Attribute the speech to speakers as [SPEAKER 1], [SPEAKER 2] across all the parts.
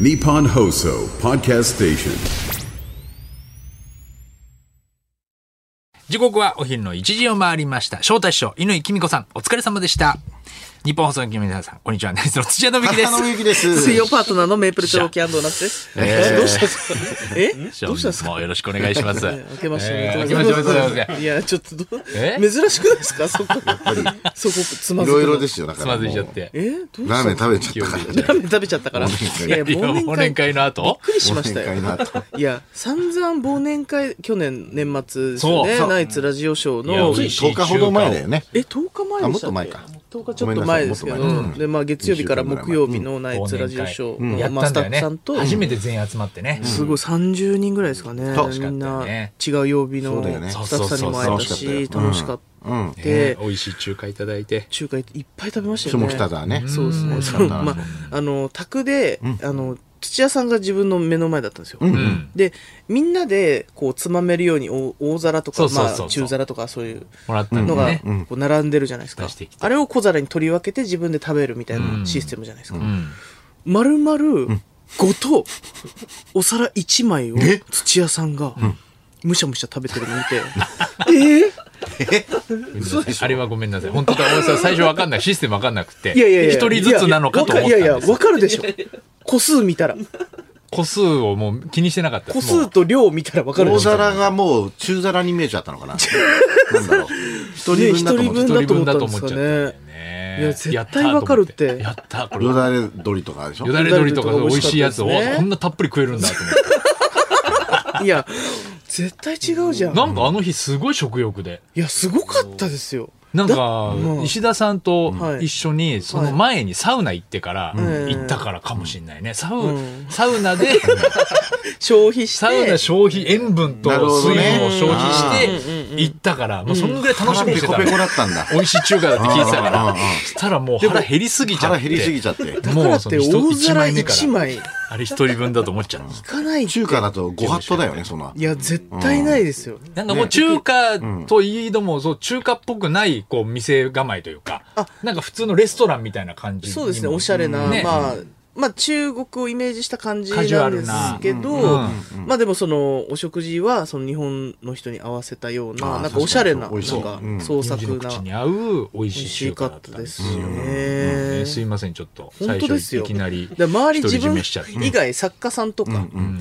[SPEAKER 1] Nippon Hoso Podcast Station.
[SPEAKER 2] 時刻はお昼の1時を回りました。招待師匠、犬井君子さん、お疲れ様でした。日本放送の皆さん、こんにちは。ナイスの土屋伸之です。
[SPEAKER 3] 中野由紀です。
[SPEAKER 4] 水曜パートナーのメープルチョロキアンドーナツです。
[SPEAKER 2] えー
[SPEAKER 4] どうしたんですかえどうしたんですか
[SPEAKER 2] もうよろしくお願いします。
[SPEAKER 4] 明けましておめで
[SPEAKER 2] えー明けましてお
[SPEAKER 4] とうござい
[SPEAKER 2] めでとうござい
[SPEAKER 4] ま。
[SPEAKER 2] ます
[SPEAKER 4] いや、ちょっとどう、
[SPEAKER 2] え
[SPEAKER 4] 珍しくないですかそこ、そこ、つま
[SPEAKER 3] い
[SPEAKER 4] ずく
[SPEAKER 3] ろ
[SPEAKER 4] の
[SPEAKER 3] いろですよ、だか
[SPEAKER 2] つ
[SPEAKER 3] ら
[SPEAKER 2] ま
[SPEAKER 3] も
[SPEAKER 2] ず
[SPEAKER 3] う。
[SPEAKER 2] いちゃって。
[SPEAKER 4] えどう
[SPEAKER 3] ラーメン食べちゃったから。
[SPEAKER 4] ラーメン食べちゃったから。いや、
[SPEAKER 2] いや
[SPEAKER 4] 忘年
[SPEAKER 2] 忘年
[SPEAKER 4] 会。びっ
[SPEAKER 2] 会の後
[SPEAKER 4] くりしました
[SPEAKER 3] 忘年会
[SPEAKER 4] よ。
[SPEAKER 3] の 後
[SPEAKER 4] いや、散々忘年会、去年、年末ですよね
[SPEAKER 2] そう。
[SPEAKER 4] ナイツラジオショー
[SPEAKER 2] いや
[SPEAKER 4] の、
[SPEAKER 2] 美味しい
[SPEAKER 3] 10日ほど前だよね。
[SPEAKER 4] え、10日前
[SPEAKER 3] あ、
[SPEAKER 4] で
[SPEAKER 3] も
[SPEAKER 4] し
[SPEAKER 3] った
[SPEAKER 4] っけ
[SPEAKER 3] と前か。
[SPEAKER 4] 10日ちょっと前ですけ
[SPEAKER 3] ごめんなさいもっと
[SPEAKER 4] ど、
[SPEAKER 3] 前
[SPEAKER 4] で、まあ、月曜日から木曜日のナイツラジオショ
[SPEAKER 2] うん
[SPEAKER 4] ー
[SPEAKER 2] や
[SPEAKER 4] の、
[SPEAKER 2] っ
[SPEAKER 4] まあ、
[SPEAKER 2] たんだ
[SPEAKER 4] スタ
[SPEAKER 2] よ
[SPEAKER 4] ッフさん
[SPEAKER 2] ね
[SPEAKER 4] と、。
[SPEAKER 2] 初めて全員集まってね。
[SPEAKER 4] すごい30人ぐらいですかね、
[SPEAKER 3] 楽
[SPEAKER 2] しか
[SPEAKER 4] み
[SPEAKER 2] っ
[SPEAKER 4] ん
[SPEAKER 2] たよ
[SPEAKER 4] な
[SPEAKER 2] ね
[SPEAKER 4] 違う曜日の
[SPEAKER 3] そうだよね
[SPEAKER 4] スタッフさんにも会えたし
[SPEAKER 3] そうそうそう
[SPEAKER 4] 楽しかっ
[SPEAKER 3] うん。
[SPEAKER 4] た
[SPEAKER 2] ね
[SPEAKER 4] で
[SPEAKER 2] 美味しい中華いただいて。
[SPEAKER 4] 中華いっぱい食べましたよね
[SPEAKER 3] 下北沢ね。
[SPEAKER 4] そうですね
[SPEAKER 3] しかったな
[SPEAKER 4] まああの宅であの土屋さんが自分の目の前だったんですよ
[SPEAKER 3] う
[SPEAKER 2] う
[SPEAKER 3] ん
[SPEAKER 2] ん。
[SPEAKER 4] でみんなでこうつまめるように大大皿と
[SPEAKER 2] そう
[SPEAKER 4] か
[SPEAKER 2] そうそう
[SPEAKER 4] ま
[SPEAKER 2] そう
[SPEAKER 4] あ中皿とかそういう
[SPEAKER 2] もらったん
[SPEAKER 4] の
[SPEAKER 2] だ
[SPEAKER 4] が
[SPEAKER 2] ね。
[SPEAKER 4] こう並んでるじゃないですか
[SPEAKER 2] 出してきて
[SPEAKER 4] あれを小皿に取り分けて自分で食べるみたい
[SPEAKER 2] うん
[SPEAKER 4] なシステムじゃないですか
[SPEAKER 2] うん。
[SPEAKER 4] 丸々ごとお皿1枚を土屋さんがむしゃむしゃ食べてる の見てえ
[SPEAKER 2] あれはごめんなさい。本当だ、俺さ、最初わかんない。システムわかんなくて。
[SPEAKER 4] ーいやいやいや
[SPEAKER 2] 一人ずつなのかと思ったん
[SPEAKER 4] いやいや
[SPEAKER 2] です
[SPEAKER 4] わかいやいやわかるでしょ個数見たら
[SPEAKER 2] 個数をもう気にしてなかったで
[SPEAKER 4] 個
[SPEAKER 2] す。も
[SPEAKER 4] 数
[SPEAKER 2] う
[SPEAKER 4] と量見たらわかる
[SPEAKER 3] 大
[SPEAKER 4] でしょ
[SPEAKER 3] 皿がもう中皿に見えちゃったのか な。なんだろう。一
[SPEAKER 4] ね
[SPEAKER 3] 人分だと思ってた。
[SPEAKER 4] 一人
[SPEAKER 2] 一人分だと思っちゃったんだよ
[SPEAKER 4] だと思ったんです
[SPEAKER 2] ね。
[SPEAKER 4] いや絶対わかるって
[SPEAKER 2] やったーと思
[SPEAKER 3] よ
[SPEAKER 2] やったーこ
[SPEAKER 3] だれ鶏とかでしょ
[SPEAKER 2] れ。よだれ鶏とか美味しいやつを、
[SPEAKER 4] よだれ鶏とか美味しかったですね
[SPEAKER 2] こんなたっぷり食えるんだと思って。
[SPEAKER 4] いや絶対違うじゃん
[SPEAKER 2] なんかあの日すごい食欲で。
[SPEAKER 4] いやすごかったですよ
[SPEAKER 2] なんか
[SPEAKER 4] う、ん
[SPEAKER 2] 石田さんと
[SPEAKER 4] はい
[SPEAKER 2] 一緒に、その前にサウナ行ってから、
[SPEAKER 4] ん
[SPEAKER 2] 行ったからかもしれないね。サウ
[SPEAKER 4] うん、
[SPEAKER 2] サウナで、
[SPEAKER 4] 消費して
[SPEAKER 2] サウナ消費、塩分と
[SPEAKER 3] なるほど
[SPEAKER 2] 水
[SPEAKER 3] ね
[SPEAKER 2] 分を消費
[SPEAKER 4] うん
[SPEAKER 2] して行ったから、もうそのぐらい楽しみに
[SPEAKER 3] ペ
[SPEAKER 2] して
[SPEAKER 3] コ
[SPEAKER 2] た
[SPEAKER 3] ペ
[SPEAKER 2] の
[SPEAKER 3] コだったんだ。
[SPEAKER 2] 美味しい中華だって聞いてたか
[SPEAKER 3] うんうん
[SPEAKER 2] ら
[SPEAKER 3] うん、
[SPEAKER 2] したらもう腹減りすぎちゃって。
[SPEAKER 3] 腹減りすぎちゃって。
[SPEAKER 4] だからっ
[SPEAKER 2] そ
[SPEAKER 4] て
[SPEAKER 2] の
[SPEAKER 4] 大
[SPEAKER 2] 一一
[SPEAKER 4] 皿
[SPEAKER 2] 枚目から
[SPEAKER 4] 1枚い
[SPEAKER 2] あれ一人分だと思っちゃう。
[SPEAKER 4] かない
[SPEAKER 3] 中華だとご法度だよね、その
[SPEAKER 4] い。や絶対ないですよ
[SPEAKER 2] なんかもう中華といえども、そう中華っぽくないこう店構えというか
[SPEAKER 4] あ、
[SPEAKER 2] なんか普通のレストランみたいな感じにも。
[SPEAKER 4] そうですねおしゃれな
[SPEAKER 2] ね
[SPEAKER 4] まあまあ中国をイメージした感じな
[SPEAKER 2] カ
[SPEAKER 4] ん
[SPEAKER 2] ジュア
[SPEAKER 4] で
[SPEAKER 2] ル
[SPEAKER 4] す
[SPEAKER 2] な
[SPEAKER 4] けど、まあでもそのお食事はその日本の人に合わせたよう
[SPEAKER 3] あ
[SPEAKER 4] な
[SPEAKER 3] ー
[SPEAKER 4] なんかおしゃれななん
[SPEAKER 3] 確かにそう
[SPEAKER 4] か
[SPEAKER 3] 美味しそ
[SPEAKER 4] 創
[SPEAKER 2] 人参
[SPEAKER 4] 作
[SPEAKER 2] の
[SPEAKER 4] な
[SPEAKER 2] 口
[SPEAKER 4] 美
[SPEAKER 2] に合う美味し
[SPEAKER 4] 味
[SPEAKER 2] い
[SPEAKER 4] し
[SPEAKER 2] 中
[SPEAKER 4] か
[SPEAKER 2] 華だっ
[SPEAKER 4] った
[SPEAKER 2] た
[SPEAKER 4] で
[SPEAKER 2] ですす
[SPEAKER 4] よ
[SPEAKER 2] よ。え
[SPEAKER 4] ね
[SPEAKER 2] ー。すいません、ちょっと
[SPEAKER 4] 本
[SPEAKER 2] 最
[SPEAKER 4] 当で
[SPEAKER 2] 初
[SPEAKER 4] すよ
[SPEAKER 2] いきなり
[SPEAKER 4] だから周り
[SPEAKER 2] 独り
[SPEAKER 4] 自
[SPEAKER 2] 占
[SPEAKER 4] 分
[SPEAKER 2] めしちゃって
[SPEAKER 4] 以外作家さんとか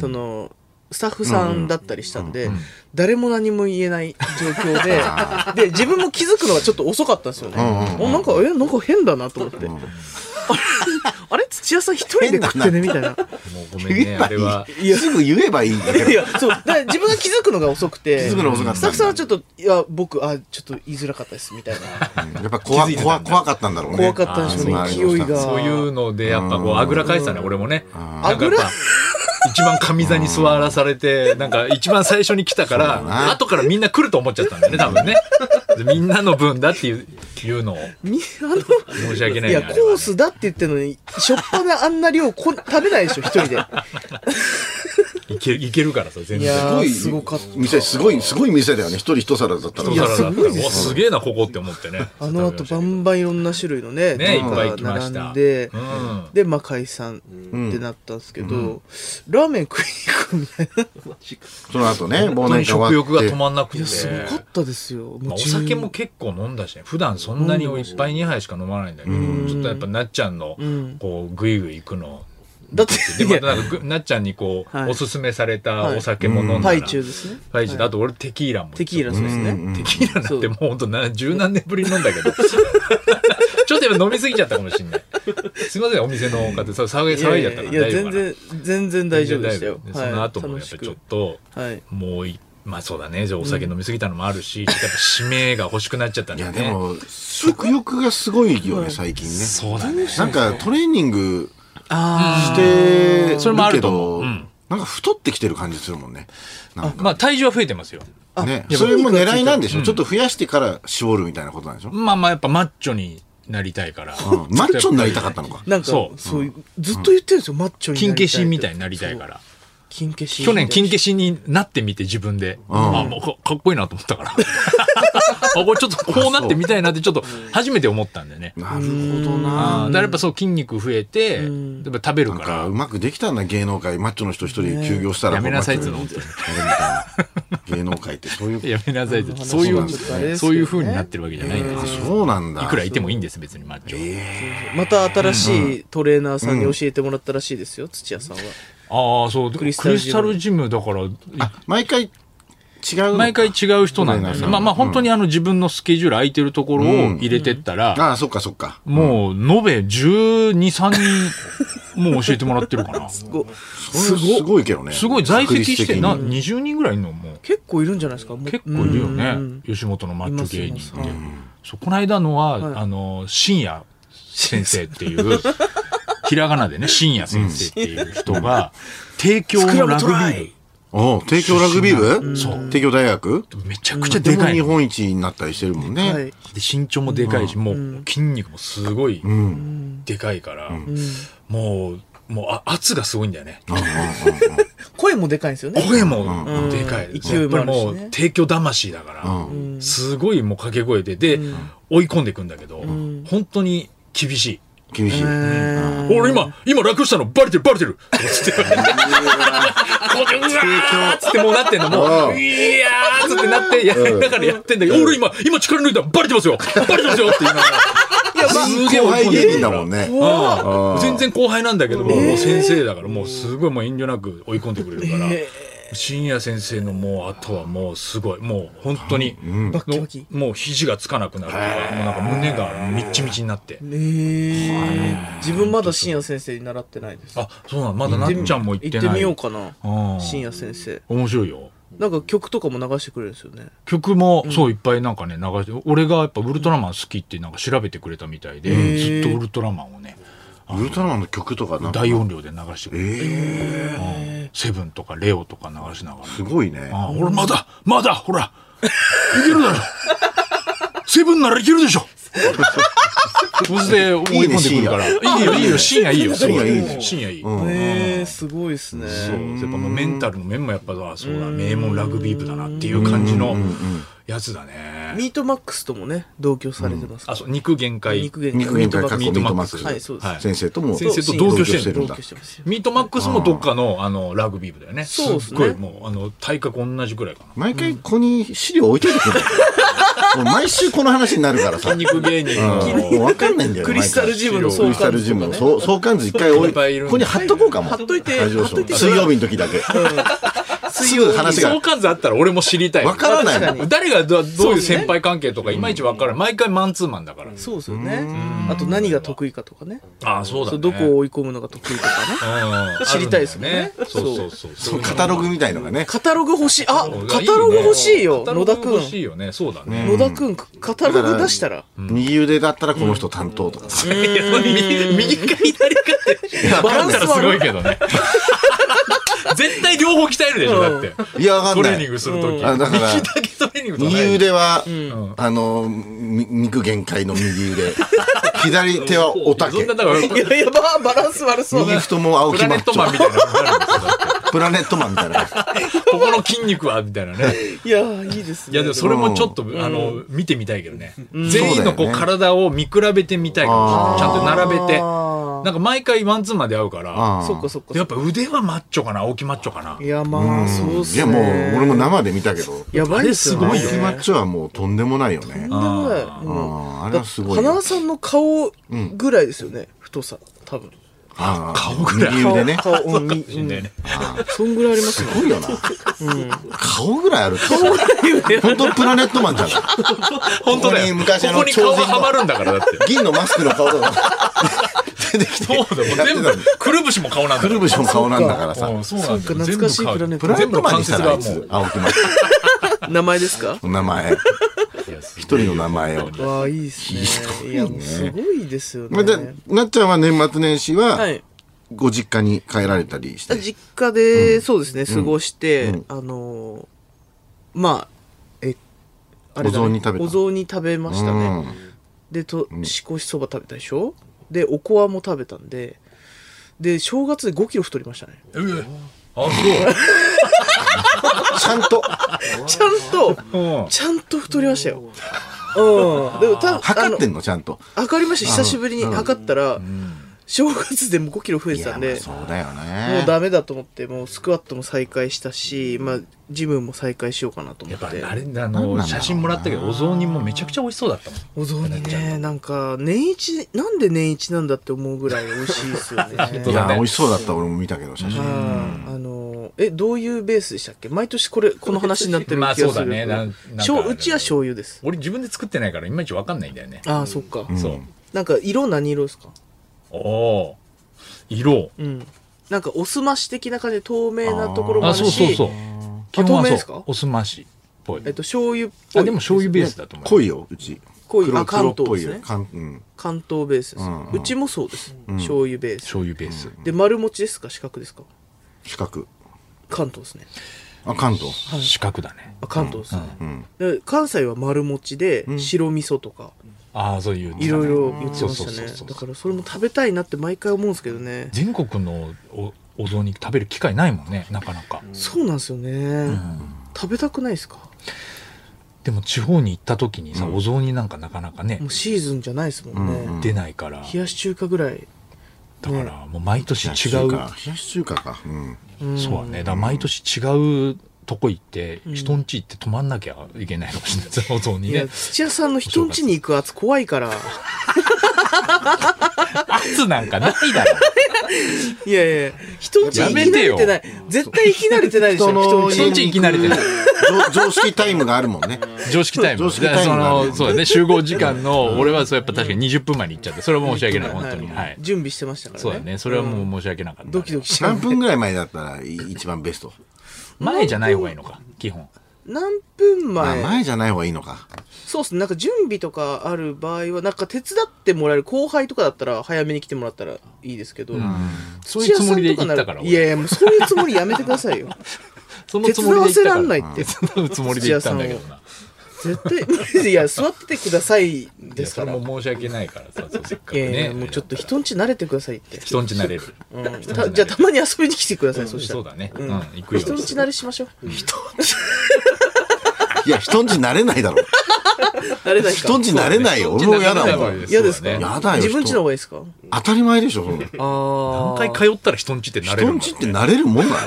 [SPEAKER 4] そのスタッフさんだったりしたんで誰も何も言えない状況でで自分も気づくのがちょっと遅かったんですよね。おなんかえなんか変だなと思って。 あれ土屋さん一人で食ってねみたいな。
[SPEAKER 2] もうごめんね、あれは。
[SPEAKER 4] いや
[SPEAKER 3] すぐ言えばいいんだけど
[SPEAKER 4] い。や、そう。だから自分が気づくのが遅くて。
[SPEAKER 3] 気づくのが遅かったんだ
[SPEAKER 4] スタッフさんはちょっと、いや、僕、あ、ちょっと言いづらかったです、みたいな。
[SPEAKER 3] やっぱ怖怖怖かったんだろうね。
[SPEAKER 4] 怖かったんでしょうね
[SPEAKER 3] あーその
[SPEAKER 4] 勢いが
[SPEAKER 2] そういうので、やっぱこう、あぐらかいてたね、俺もね。なんかやっ
[SPEAKER 4] あ
[SPEAKER 2] ぱ、一番上座に座らされて、なんか一番最初に来たから、後からみんな来ると思っちゃったんだよね、多分ね。でみんなの分だっていういうのを
[SPEAKER 4] み、あ
[SPEAKER 2] 申し訳な
[SPEAKER 4] の、
[SPEAKER 2] いね
[SPEAKER 4] いや、
[SPEAKER 2] あ
[SPEAKER 4] コ
[SPEAKER 2] れはね
[SPEAKER 4] ースだって言ってるのに、しょっぱなあんな量こ食べないでしょ、一人で。
[SPEAKER 2] いけいけるからさ、全
[SPEAKER 4] い
[SPEAKER 2] 然。
[SPEAKER 4] やー、す
[SPEAKER 3] すご
[SPEAKER 4] ご
[SPEAKER 3] い
[SPEAKER 4] かった。
[SPEAKER 3] 店、すごい、すごい店だよね。一人一皿だったから
[SPEAKER 2] お。皿だった
[SPEAKER 4] いやすご
[SPEAKER 2] ら
[SPEAKER 4] いです
[SPEAKER 2] うわすげえな、ここって思ってね。
[SPEAKER 4] あの後、バンバンいろんな種類のね、
[SPEAKER 2] ね、い
[SPEAKER 4] 中
[SPEAKER 2] っ
[SPEAKER 4] 華
[SPEAKER 2] ぱい行きました。
[SPEAKER 4] 並んで
[SPEAKER 2] う、ん。
[SPEAKER 4] で、まあ、解散ってなったんですけど、ラーメン食いに行く みたいな。
[SPEAKER 3] その後ね、
[SPEAKER 2] 本
[SPEAKER 3] 忘
[SPEAKER 2] 当
[SPEAKER 3] 年会
[SPEAKER 2] に
[SPEAKER 3] 終わっ
[SPEAKER 2] 食
[SPEAKER 3] て。
[SPEAKER 2] 欲が止まんなくて。
[SPEAKER 4] いや、すごかったですよ。
[SPEAKER 2] まあお
[SPEAKER 4] もう
[SPEAKER 2] 酒
[SPEAKER 4] 十
[SPEAKER 2] も結構飲んだしね普段そんなに一杯2杯しか飲まないんだけどちょっとやっぱなっちゃんの
[SPEAKER 4] ん
[SPEAKER 2] こうグイグイ行くの
[SPEAKER 4] だって、
[SPEAKER 2] で
[SPEAKER 4] い
[SPEAKER 2] ま
[SPEAKER 4] や
[SPEAKER 2] たなんかぐなっちゃんにこう
[SPEAKER 4] はい
[SPEAKER 2] おすすめされた
[SPEAKER 4] はい
[SPEAKER 2] お酒も飲んだ
[SPEAKER 4] ハ
[SPEAKER 2] ら
[SPEAKER 4] イチュウですね。
[SPEAKER 2] ハイチュウあと俺テキーラも
[SPEAKER 4] テキーラそうですね。
[SPEAKER 2] テキーラなんてもうほんとな十何年ぶりに飲んだけどちょっとやっぱ飲みすぎちゃったかもしれ ないすいませんお店の方そう騒い騒いじゃったから
[SPEAKER 4] いや
[SPEAKER 2] 大
[SPEAKER 4] い
[SPEAKER 2] 丈
[SPEAKER 4] や
[SPEAKER 2] 夫かな
[SPEAKER 4] 全然全然大丈夫でしたよ
[SPEAKER 2] 全然大丈夫その後もやっぱ
[SPEAKER 4] 楽し
[SPEAKER 2] ちょっ
[SPEAKER 4] く
[SPEAKER 2] と
[SPEAKER 4] はい
[SPEAKER 2] もういまあそうだねじゃあお酒飲みすぎたのもあるしちょっとやっぱ締めが欲しくなっちゃったん
[SPEAKER 3] い
[SPEAKER 2] だよ
[SPEAKER 3] や、
[SPEAKER 2] ね
[SPEAKER 3] でも、食欲がすごいよね、最近ね。
[SPEAKER 2] そうだね
[SPEAKER 3] なんか、トレーニングし
[SPEAKER 4] あ
[SPEAKER 3] て
[SPEAKER 2] それもあ
[SPEAKER 3] る
[SPEAKER 2] る
[SPEAKER 3] け
[SPEAKER 2] と思う
[SPEAKER 3] ど
[SPEAKER 2] うん、
[SPEAKER 3] なんか太ってきてる感じするもんね。なんか
[SPEAKER 2] まあ体重は増えてますよ。
[SPEAKER 3] ね。それも狙いなんでしょちょっと増やしてから絞るみたいなことなんでしょ
[SPEAKER 2] まあまあやっぱマッチョになりたいから。
[SPEAKER 3] うんマッチョになりたかったのか
[SPEAKER 4] あ。なんか
[SPEAKER 2] そ
[SPEAKER 4] そうういうずっと言ってるんですよマッチョになりたい
[SPEAKER 2] 金消しみたいになりたいからら。
[SPEAKER 4] 金消し。
[SPEAKER 2] 去年金消しになってみて自分で、あもうかかっこいいなと思ったから あこれちょっとこうなってみたいなってちょっと初めて思ったんだよね
[SPEAKER 3] なるほど
[SPEAKER 2] あー
[SPEAKER 3] な。
[SPEAKER 2] だからやっぱそう筋肉増えて、やっぱ食べる
[SPEAKER 3] なん
[SPEAKER 2] か
[SPEAKER 3] からうまくできたんだ芸能界マッチョの人一人休業したら
[SPEAKER 2] やめなさいっつうの
[SPEAKER 3] もうマ
[SPEAKER 2] 本
[SPEAKER 3] ッチ
[SPEAKER 2] 当に
[SPEAKER 3] ョになるみたいな芸能界ってそういう
[SPEAKER 2] やめなさ いってそうい
[SPEAKER 3] そうなん
[SPEAKER 2] う
[SPEAKER 3] です
[SPEAKER 4] ね
[SPEAKER 2] そういう風になってるわけじゃないんです
[SPEAKER 3] あ
[SPEAKER 2] よ
[SPEAKER 3] そうなんだ
[SPEAKER 2] いくらいてもいいんです別にマッチョ
[SPEAKER 4] また新しいトレーナーさんに教えてもらったらしいですよ、土屋さんは。
[SPEAKER 2] ああそうクリ
[SPEAKER 4] リスタルジム
[SPEAKER 2] スタルジムだから
[SPEAKER 3] 毎回違う
[SPEAKER 2] 毎回違う人なんだよ
[SPEAKER 3] う
[SPEAKER 2] ね
[SPEAKER 3] ん
[SPEAKER 2] まあまあ本当にあの自分のスケジュール空いてるところを入れてったら、
[SPEAKER 3] ああそっかそっか
[SPEAKER 2] もう延べ12、3人、もう教えてもらってるかな。す
[SPEAKER 4] ご
[SPEAKER 3] すごすごいけどね
[SPEAKER 2] ごい在籍してな、
[SPEAKER 3] 確率的に
[SPEAKER 2] 20人ぐらいいんのもう。
[SPEAKER 4] 結構いるんじゃないですかもう
[SPEAKER 2] 結構いるよ
[SPEAKER 4] うん
[SPEAKER 2] ね。吉本のマッチョ芸
[SPEAKER 4] います
[SPEAKER 2] 人っ
[SPEAKER 4] いま
[SPEAKER 2] て
[SPEAKER 4] す。
[SPEAKER 2] そうこの間のは、
[SPEAKER 4] はい
[SPEAKER 2] あの、深夜先生って いう、ひらがなでね、深夜先生っていう人が、提供のラグビー
[SPEAKER 3] おう帝京ラグビー部
[SPEAKER 2] そう
[SPEAKER 3] 帝京大学
[SPEAKER 2] 部、めちゃくちゃ
[SPEAKER 3] で
[SPEAKER 2] で
[SPEAKER 3] も
[SPEAKER 2] かい
[SPEAKER 3] 日
[SPEAKER 2] の。
[SPEAKER 3] 本一になったりしてるもんね、
[SPEAKER 4] はい
[SPEAKER 2] で身長もでかいし、もう筋肉もすごいでかいから、もう、もうあ圧がすごいんだよね。
[SPEAKER 4] 声もでかいんですよね
[SPEAKER 2] 声もでかい、
[SPEAKER 4] うん
[SPEAKER 2] やっぱりも
[SPEAKER 4] 勢いもあ
[SPEAKER 2] う
[SPEAKER 4] るしね
[SPEAKER 2] 提供魂だから、すごいもう掛け声でで、追い込んでいくんだけど、本当に厳しい。
[SPEAKER 3] 厳しい、
[SPEAKER 2] 俺今、今楽したのバレてるバレてる とかつって。こううわーっつってもうなってんのも
[SPEAKER 3] う
[SPEAKER 2] う、
[SPEAKER 3] ん
[SPEAKER 2] いやーっつってなって、やりながらやってんだけど、俺今、今力抜いたのバレてますよバレてますよって言いながら。いや、すげえ追い
[SPEAKER 3] 後輩
[SPEAKER 2] 込んで
[SPEAKER 3] 芸
[SPEAKER 2] いくか
[SPEAKER 3] 人だ
[SPEAKER 2] ら
[SPEAKER 3] もんね
[SPEAKER 2] ああ全然後輩なんだけども、もう先生だから、もうすごいもう遠慮なく追い込んでくれるから、深夜先生のもう、あとはもうすごい、もう本当に、
[SPEAKER 4] バッキバキ
[SPEAKER 2] もう肘がつかなくなるとか、もうなんか胸がみっちみちになって。
[SPEAKER 4] えー自分まだ深夜先生に習ってないです
[SPEAKER 2] あ、そうなのまだなっちゃんも行ってな
[SPEAKER 4] 行
[SPEAKER 2] い。
[SPEAKER 4] ってみようかな
[SPEAKER 2] うん
[SPEAKER 4] 深夜先生
[SPEAKER 2] 面白いよ。
[SPEAKER 4] なんか曲とかも流してくれるんですよね
[SPEAKER 2] 曲も、そういっぱいなんかね、流して、俺がやっぱウルトラマン好きってなんか調べてくれたみたいで、ずっとウルトラマンをね、
[SPEAKER 3] ウルトラマンの曲とかなんか
[SPEAKER 2] 大音量で流してくれて、うんセブンとかレオとか流しながら。
[SPEAKER 3] すごいね
[SPEAKER 2] あ、俺まだ、まだ、ほら、いけるだろ。 セブンならいけるでしょ。そして思い込んでくるから。いいよ、いいよ、深夜いいよ。
[SPEAKER 3] 深夜いい
[SPEAKER 2] そう深夜いい。
[SPEAKER 3] ん
[SPEAKER 4] えーすごいですね
[SPEAKER 2] そうやっぱもうメンタルの面もやっぱあそうだ名門ラグビー部だなっていう感じのやつだね
[SPEAKER 4] ミートマックスともね同居されてますか
[SPEAKER 2] あ
[SPEAKER 4] ら
[SPEAKER 2] そう肉限界
[SPEAKER 4] 肉限
[SPEAKER 3] 肉限界
[SPEAKER 4] ミ
[SPEAKER 3] 過去
[SPEAKER 4] ー
[SPEAKER 3] ミ
[SPEAKER 4] ト
[SPEAKER 3] ー
[SPEAKER 4] マ
[SPEAKER 3] ト
[SPEAKER 4] ッ
[SPEAKER 3] マ
[SPEAKER 4] ク
[SPEAKER 3] ック
[SPEAKER 4] ス
[SPEAKER 3] ス、
[SPEAKER 4] はいそうです
[SPEAKER 2] はい
[SPEAKER 3] 先生とも
[SPEAKER 2] 先生と同居してるん
[SPEAKER 4] 同
[SPEAKER 2] だ
[SPEAKER 4] 居してますよ
[SPEAKER 2] ミートマックスもどっかのあのラグビー部だよね
[SPEAKER 4] そうですす
[SPEAKER 2] っ
[SPEAKER 4] ね
[SPEAKER 2] ごいもうあの体格同じぐらいかな
[SPEAKER 3] 毎回ここに資料置いといて くれもう毎週この話になるからさ、うん、
[SPEAKER 2] 筋肉芸人
[SPEAKER 3] もう
[SPEAKER 2] の
[SPEAKER 3] 分かんないんだよ
[SPEAKER 4] クリスタル
[SPEAKER 3] ジ
[SPEAKER 4] ジムの
[SPEAKER 3] ムク
[SPEAKER 4] 相
[SPEAKER 3] リスタル
[SPEAKER 4] 関
[SPEAKER 3] ジ
[SPEAKER 4] と
[SPEAKER 3] ム
[SPEAKER 4] か
[SPEAKER 3] の
[SPEAKER 4] ね
[SPEAKER 3] そう相関図一回置
[SPEAKER 2] いっぱいい
[SPEAKER 3] い
[SPEAKER 2] るんだ
[SPEAKER 3] ここに貼っとこうかも
[SPEAKER 4] 貼っといて
[SPEAKER 3] ラジオショー
[SPEAKER 4] 貼っといて
[SPEAKER 3] 水曜日の時だ けすぐ話が
[SPEAKER 2] 相関図あったら俺も知りたい
[SPEAKER 3] 分からない
[SPEAKER 4] 確
[SPEAKER 3] も
[SPEAKER 4] か
[SPEAKER 3] ん
[SPEAKER 4] に
[SPEAKER 2] 誰がどどういう先輩関係とかいまいち分からない毎回マンツーマンだから
[SPEAKER 4] そうですよねあと何が得意かとかね
[SPEAKER 2] ああそうだね
[SPEAKER 4] そうどこを追い込むのが得意とかね
[SPEAKER 2] うん
[SPEAKER 4] 知りたいですよね
[SPEAKER 2] あるんだよそうそうそう
[SPEAKER 3] そ
[SPEAKER 2] そう
[SPEAKER 3] カタログみたいのがね
[SPEAKER 4] カタログ欲しい。あ、
[SPEAKER 2] いいね
[SPEAKER 4] カタログ欲しいよ、
[SPEAKER 2] カタ
[SPEAKER 4] 野
[SPEAKER 2] ロ
[SPEAKER 4] 田
[SPEAKER 2] グ
[SPEAKER 4] く
[SPEAKER 2] 欲し
[SPEAKER 4] ん。
[SPEAKER 2] いよねそうだね
[SPEAKER 4] 野田くん、カタログ出したら、
[SPEAKER 3] 右腕だったらこの人担当とかさ
[SPEAKER 2] いや右右か左かって
[SPEAKER 4] バラ
[SPEAKER 2] バ
[SPEAKER 4] ン
[SPEAKER 2] ン
[SPEAKER 4] ス
[SPEAKER 2] たらすごい
[SPEAKER 4] 悪い。
[SPEAKER 2] けどね絶対両方鍛えるでしょだって
[SPEAKER 3] いや分か
[SPEAKER 2] ト
[SPEAKER 3] ん
[SPEAKER 2] レ
[SPEAKER 3] な
[SPEAKER 2] ーニ
[SPEAKER 3] い
[SPEAKER 2] ングするとき右
[SPEAKER 3] あだから
[SPEAKER 2] だけトレーニングとかない
[SPEAKER 3] 右腕は、あのみ肉限界の右 腕左手はおた
[SPEAKER 2] そ
[SPEAKER 3] け
[SPEAKER 2] んなだから
[SPEAKER 4] いや、やば、バランス悪そう
[SPEAKER 3] 右
[SPEAKER 4] な。
[SPEAKER 3] 太もも青
[SPEAKER 2] プ
[SPEAKER 3] 木
[SPEAKER 2] ラネ
[SPEAKER 3] マ
[SPEAKER 2] ッ
[SPEAKER 3] ッチ
[SPEAKER 2] トマン
[SPEAKER 3] ョ
[SPEAKER 2] みたいなのになるんですよだ って
[SPEAKER 3] プラネットマンみたいな
[SPEAKER 2] ここの筋肉はみたいなね
[SPEAKER 4] いやー、いいです
[SPEAKER 2] いやで
[SPEAKER 4] ね
[SPEAKER 2] も。それもちょっと、あの見てみたいけどね、全員のこう
[SPEAKER 3] そうだよね
[SPEAKER 2] 体を見比べてみたいかもしれないちゃんと並べて
[SPEAKER 4] あー
[SPEAKER 2] なんか毎回マンツーマンで会うから
[SPEAKER 3] あー
[SPEAKER 4] そっかそっか。
[SPEAKER 2] でやっぱ腕はマッチョかな青木マッチョかない
[SPEAKER 4] や、まあ、そうっ
[SPEAKER 3] い
[SPEAKER 4] すね。
[SPEAKER 3] やもう俺も生で見たけど
[SPEAKER 4] やばいっすよね。
[SPEAKER 2] あ
[SPEAKER 3] マ
[SPEAKER 2] れ
[SPEAKER 3] イ
[SPEAKER 2] す
[SPEAKER 3] キーマッチョはもうとんでもないよね
[SPEAKER 4] とんでもないも
[SPEAKER 3] あーあ
[SPEAKER 4] う
[SPEAKER 3] れはすごい
[SPEAKER 4] 花輪さんの顔ぐらいですよね、太さ。多分。
[SPEAKER 3] あー
[SPEAKER 2] 顔ぐらい
[SPEAKER 3] 右腕ね
[SPEAKER 4] 顔、顔うん、み
[SPEAKER 2] みたいなね
[SPEAKER 4] うんそんぐらいあります
[SPEAKER 3] す
[SPEAKER 4] ね。
[SPEAKER 3] ごいよな顔ぐらいある本当プラネットマンじゃない
[SPEAKER 2] 本当だ
[SPEAKER 3] ここ
[SPEAKER 2] よ
[SPEAKER 3] に
[SPEAKER 2] こ
[SPEAKER 3] 昔あの
[SPEAKER 2] こに顔がはまるんだからだ って
[SPEAKER 3] 銀のマスクの顔とか
[SPEAKER 2] そうだもう
[SPEAKER 3] やってた
[SPEAKER 2] 全
[SPEAKER 3] の
[SPEAKER 2] 部くるぶしも顔なんだ
[SPEAKER 3] くるぶしも顔なんだからさ
[SPEAKER 2] うんそうなんだよ
[SPEAKER 4] そうか懐かしいプラネ
[SPEAKER 3] プ
[SPEAKER 4] ット
[SPEAKER 3] ラネ
[SPEAKER 2] 全
[SPEAKER 3] ッ
[SPEAKER 2] 部
[SPEAKER 3] ト
[SPEAKER 2] の
[SPEAKER 3] マン
[SPEAKER 2] 関
[SPEAKER 3] にした
[SPEAKER 2] 節
[SPEAKER 3] ら
[SPEAKER 2] が
[SPEAKER 3] あ
[SPEAKER 2] も
[SPEAKER 3] いうつ青木マッチ
[SPEAKER 4] 名前ですか
[SPEAKER 3] ョの名前
[SPEAKER 2] いやす
[SPEAKER 3] 一人の名前を
[SPEAKER 4] わあ、いいっすね。いや、もうすごいですよ
[SPEAKER 3] まあ
[SPEAKER 4] ね。
[SPEAKER 3] でなっちゃんは年末年始
[SPEAKER 4] は。
[SPEAKER 3] はいご実家に帰られたりして
[SPEAKER 4] 実家で、そうですね、過ごして、あのーまあ、え、あ
[SPEAKER 3] お雑煮食べた
[SPEAKER 4] お雑煮食べましたね。で、と、しこしそば食べたでしょで、おこわも食べたんで、で、正月で5キロ太りましたね。
[SPEAKER 2] うえあ、そ
[SPEAKER 3] ちゃんと
[SPEAKER 4] ちゃんと
[SPEAKER 2] う。うん。
[SPEAKER 4] ちゃんと太りましたようんでもたあ
[SPEAKER 3] 測
[SPEAKER 4] の
[SPEAKER 3] ってんのちゃんと
[SPEAKER 4] 測りました久しぶりに測ったら、正月でも5キロ増え
[SPEAKER 3] い
[SPEAKER 4] てた
[SPEAKER 3] や
[SPEAKER 4] ん
[SPEAKER 3] まあ
[SPEAKER 4] で
[SPEAKER 3] そうだよ
[SPEAKER 4] もう
[SPEAKER 3] ね
[SPEAKER 4] ダメだと思ってもうスクワットも再開したし、まあ、ジムも再開しようかなと思
[SPEAKER 2] やっ
[SPEAKER 4] っ
[SPEAKER 2] ぱ
[SPEAKER 4] て
[SPEAKER 2] あれあ
[SPEAKER 3] なんなんだろう
[SPEAKER 2] の
[SPEAKER 3] な
[SPEAKER 2] 写真もらったけどお雑煮もめちゃくちゃ美味しそうだったもん
[SPEAKER 4] お雑煮ねなんか年一なんで年一なんだって思うぐらい美味しいで すよね
[SPEAKER 3] い
[SPEAKER 2] 当だ
[SPEAKER 3] や
[SPEAKER 2] ね
[SPEAKER 3] 美味しそうだった俺も見たけど写真
[SPEAKER 4] うんあのえどういうベースでしたっけ毎年これこの話になってる気
[SPEAKER 2] まあ
[SPEAKER 4] がする
[SPEAKER 2] そうだねなんなんか
[SPEAKER 4] しょううちは醤油です
[SPEAKER 2] 俺自分で作ってないからいまいちわかんないんだよね
[SPEAKER 4] ああそっか、
[SPEAKER 2] そう
[SPEAKER 4] なんか色何色ですか
[SPEAKER 2] おおー色
[SPEAKER 4] うんなんかおすまし的な感じで透明なところもあ
[SPEAKER 2] あ
[SPEAKER 4] るし
[SPEAKER 2] そうそうそう基
[SPEAKER 4] 透
[SPEAKER 2] 本
[SPEAKER 4] 明で
[SPEAKER 2] は
[SPEAKER 4] す
[SPEAKER 2] そう
[SPEAKER 4] か
[SPEAKER 2] おすましっぽい
[SPEAKER 4] えっと醤油っぽい
[SPEAKER 2] あでも醤油ベースだと思う
[SPEAKER 3] 濃いようち
[SPEAKER 4] 濃い
[SPEAKER 3] 黒
[SPEAKER 4] あ関
[SPEAKER 3] 黒っぽい
[SPEAKER 4] 東です
[SPEAKER 3] よ
[SPEAKER 4] ね
[SPEAKER 3] 関うん
[SPEAKER 4] 関東ベースです、う
[SPEAKER 3] うんうん
[SPEAKER 4] ちもそうです、醤油ベース
[SPEAKER 2] 醤油ベース
[SPEAKER 4] で丸餅ですか四角ですか
[SPEAKER 3] 四角
[SPEAKER 4] 関東ですね
[SPEAKER 3] あ関東
[SPEAKER 2] 四角だね
[SPEAKER 4] あ関東ですね、で関西は丸餅で白味噌とか
[SPEAKER 2] ああそういう
[SPEAKER 4] いろいろ言ってま
[SPEAKER 2] そうそう
[SPEAKER 4] し
[SPEAKER 2] そ
[SPEAKER 4] た
[SPEAKER 2] う
[SPEAKER 4] ね
[SPEAKER 2] そ
[SPEAKER 4] だ
[SPEAKER 2] う
[SPEAKER 4] からそれも食べたいなって毎回思うんですけどね
[SPEAKER 2] 全国のおお雑煮食べる機会ないもんねなかなか
[SPEAKER 4] そうなんですよね、食べたくないですか
[SPEAKER 2] でも地方に行った時にさお雑煮なんかなかなかね
[SPEAKER 4] もうシーズンじゃないですもんね、
[SPEAKER 2] 出ないから
[SPEAKER 4] 冷やし中華ぐらい
[SPEAKER 2] だからもう毎年
[SPEAKER 3] 冷やし
[SPEAKER 2] 違
[SPEAKER 3] 中
[SPEAKER 2] う
[SPEAKER 3] 華冷やし中華かうん
[SPEAKER 2] そうだね。だから毎年違うとこ行って、人んち行って泊まんなきゃいけないかもしれない。 その像に
[SPEAKER 4] いや
[SPEAKER 2] ね。
[SPEAKER 4] 土屋さんの人ん家に行く圧怖いから
[SPEAKER 2] 圧なんかないだろ。
[SPEAKER 4] いやいや人ん家行き慣れてない絶対行き慣れてないでしょ
[SPEAKER 3] 人の
[SPEAKER 4] 人ん
[SPEAKER 2] 人
[SPEAKER 4] 家
[SPEAKER 2] んち行き慣れてない。
[SPEAKER 3] 常常識タイムがあるもんね
[SPEAKER 2] 常識タイム。
[SPEAKER 3] 常識タイム
[SPEAKER 2] だから
[SPEAKER 3] があ
[SPEAKER 2] そ
[SPEAKER 3] る
[SPEAKER 2] の、そうだね。集合時間の、俺はそうやっぱ確かに20分前に行っちゃって、それは申し訳ない、本当に。はい。
[SPEAKER 4] 準備してましたからね
[SPEAKER 2] そうだね。それはもう申し訳なかった。
[SPEAKER 4] ドキドキしな
[SPEAKER 3] 何分ぐらい前だったらい一番ベスト
[SPEAKER 2] 前じゃない方がいいのか、基本。
[SPEAKER 4] 何分
[SPEAKER 3] あ
[SPEAKER 4] 前
[SPEAKER 3] 前じゃない方がいいのか
[SPEAKER 4] そうっすねなんか準備とかある場合はなんか手伝ってもらえる後輩とかだったら早めに来てもらったらいいですけど、
[SPEAKER 2] そういうつもりで行ったから、
[SPEAKER 4] 土屋さんとならいやい
[SPEAKER 2] 俺。
[SPEAKER 4] やもうそういうつもりやめてくださいよ
[SPEAKER 2] その
[SPEAKER 4] 手
[SPEAKER 2] つ
[SPEAKER 4] 伝
[SPEAKER 2] もり
[SPEAKER 4] わ
[SPEAKER 2] で行
[SPEAKER 4] せ
[SPEAKER 2] ったから
[SPEAKER 4] んない
[SPEAKER 2] い。
[SPEAKER 4] って
[SPEAKER 2] 手伝うつもりで行ったんだけどな。
[SPEAKER 4] 絶対いや座っててください
[SPEAKER 2] い
[SPEAKER 4] で
[SPEAKER 2] や、
[SPEAKER 4] す
[SPEAKER 2] そ
[SPEAKER 4] か
[SPEAKER 2] れ
[SPEAKER 4] らい
[SPEAKER 2] も申し訳ないからさ、そうせっかく
[SPEAKER 4] やいや
[SPEAKER 2] ね。
[SPEAKER 4] もうちょっと人んち慣れてくださいって、
[SPEAKER 2] 人んち慣れる。
[SPEAKER 4] うんた じゃあたまに遊びに来てください、そしたら
[SPEAKER 2] そうだね。うん、行くよ。
[SPEAKER 4] 人んち慣れしましょう人
[SPEAKER 3] いや人んち慣れないだろ
[SPEAKER 4] 慣れないか
[SPEAKER 3] 人んち慣れないよ俺も嫌だもん
[SPEAKER 4] 嫌ですか
[SPEAKER 2] そうだね
[SPEAKER 3] やだよ
[SPEAKER 4] 自分ちの
[SPEAKER 3] 人
[SPEAKER 4] 方がいいですか
[SPEAKER 3] 当たり前でしょそんな
[SPEAKER 4] あ
[SPEAKER 2] 何回通ったら人んちってなれる
[SPEAKER 3] 人んちって慣れるもんなの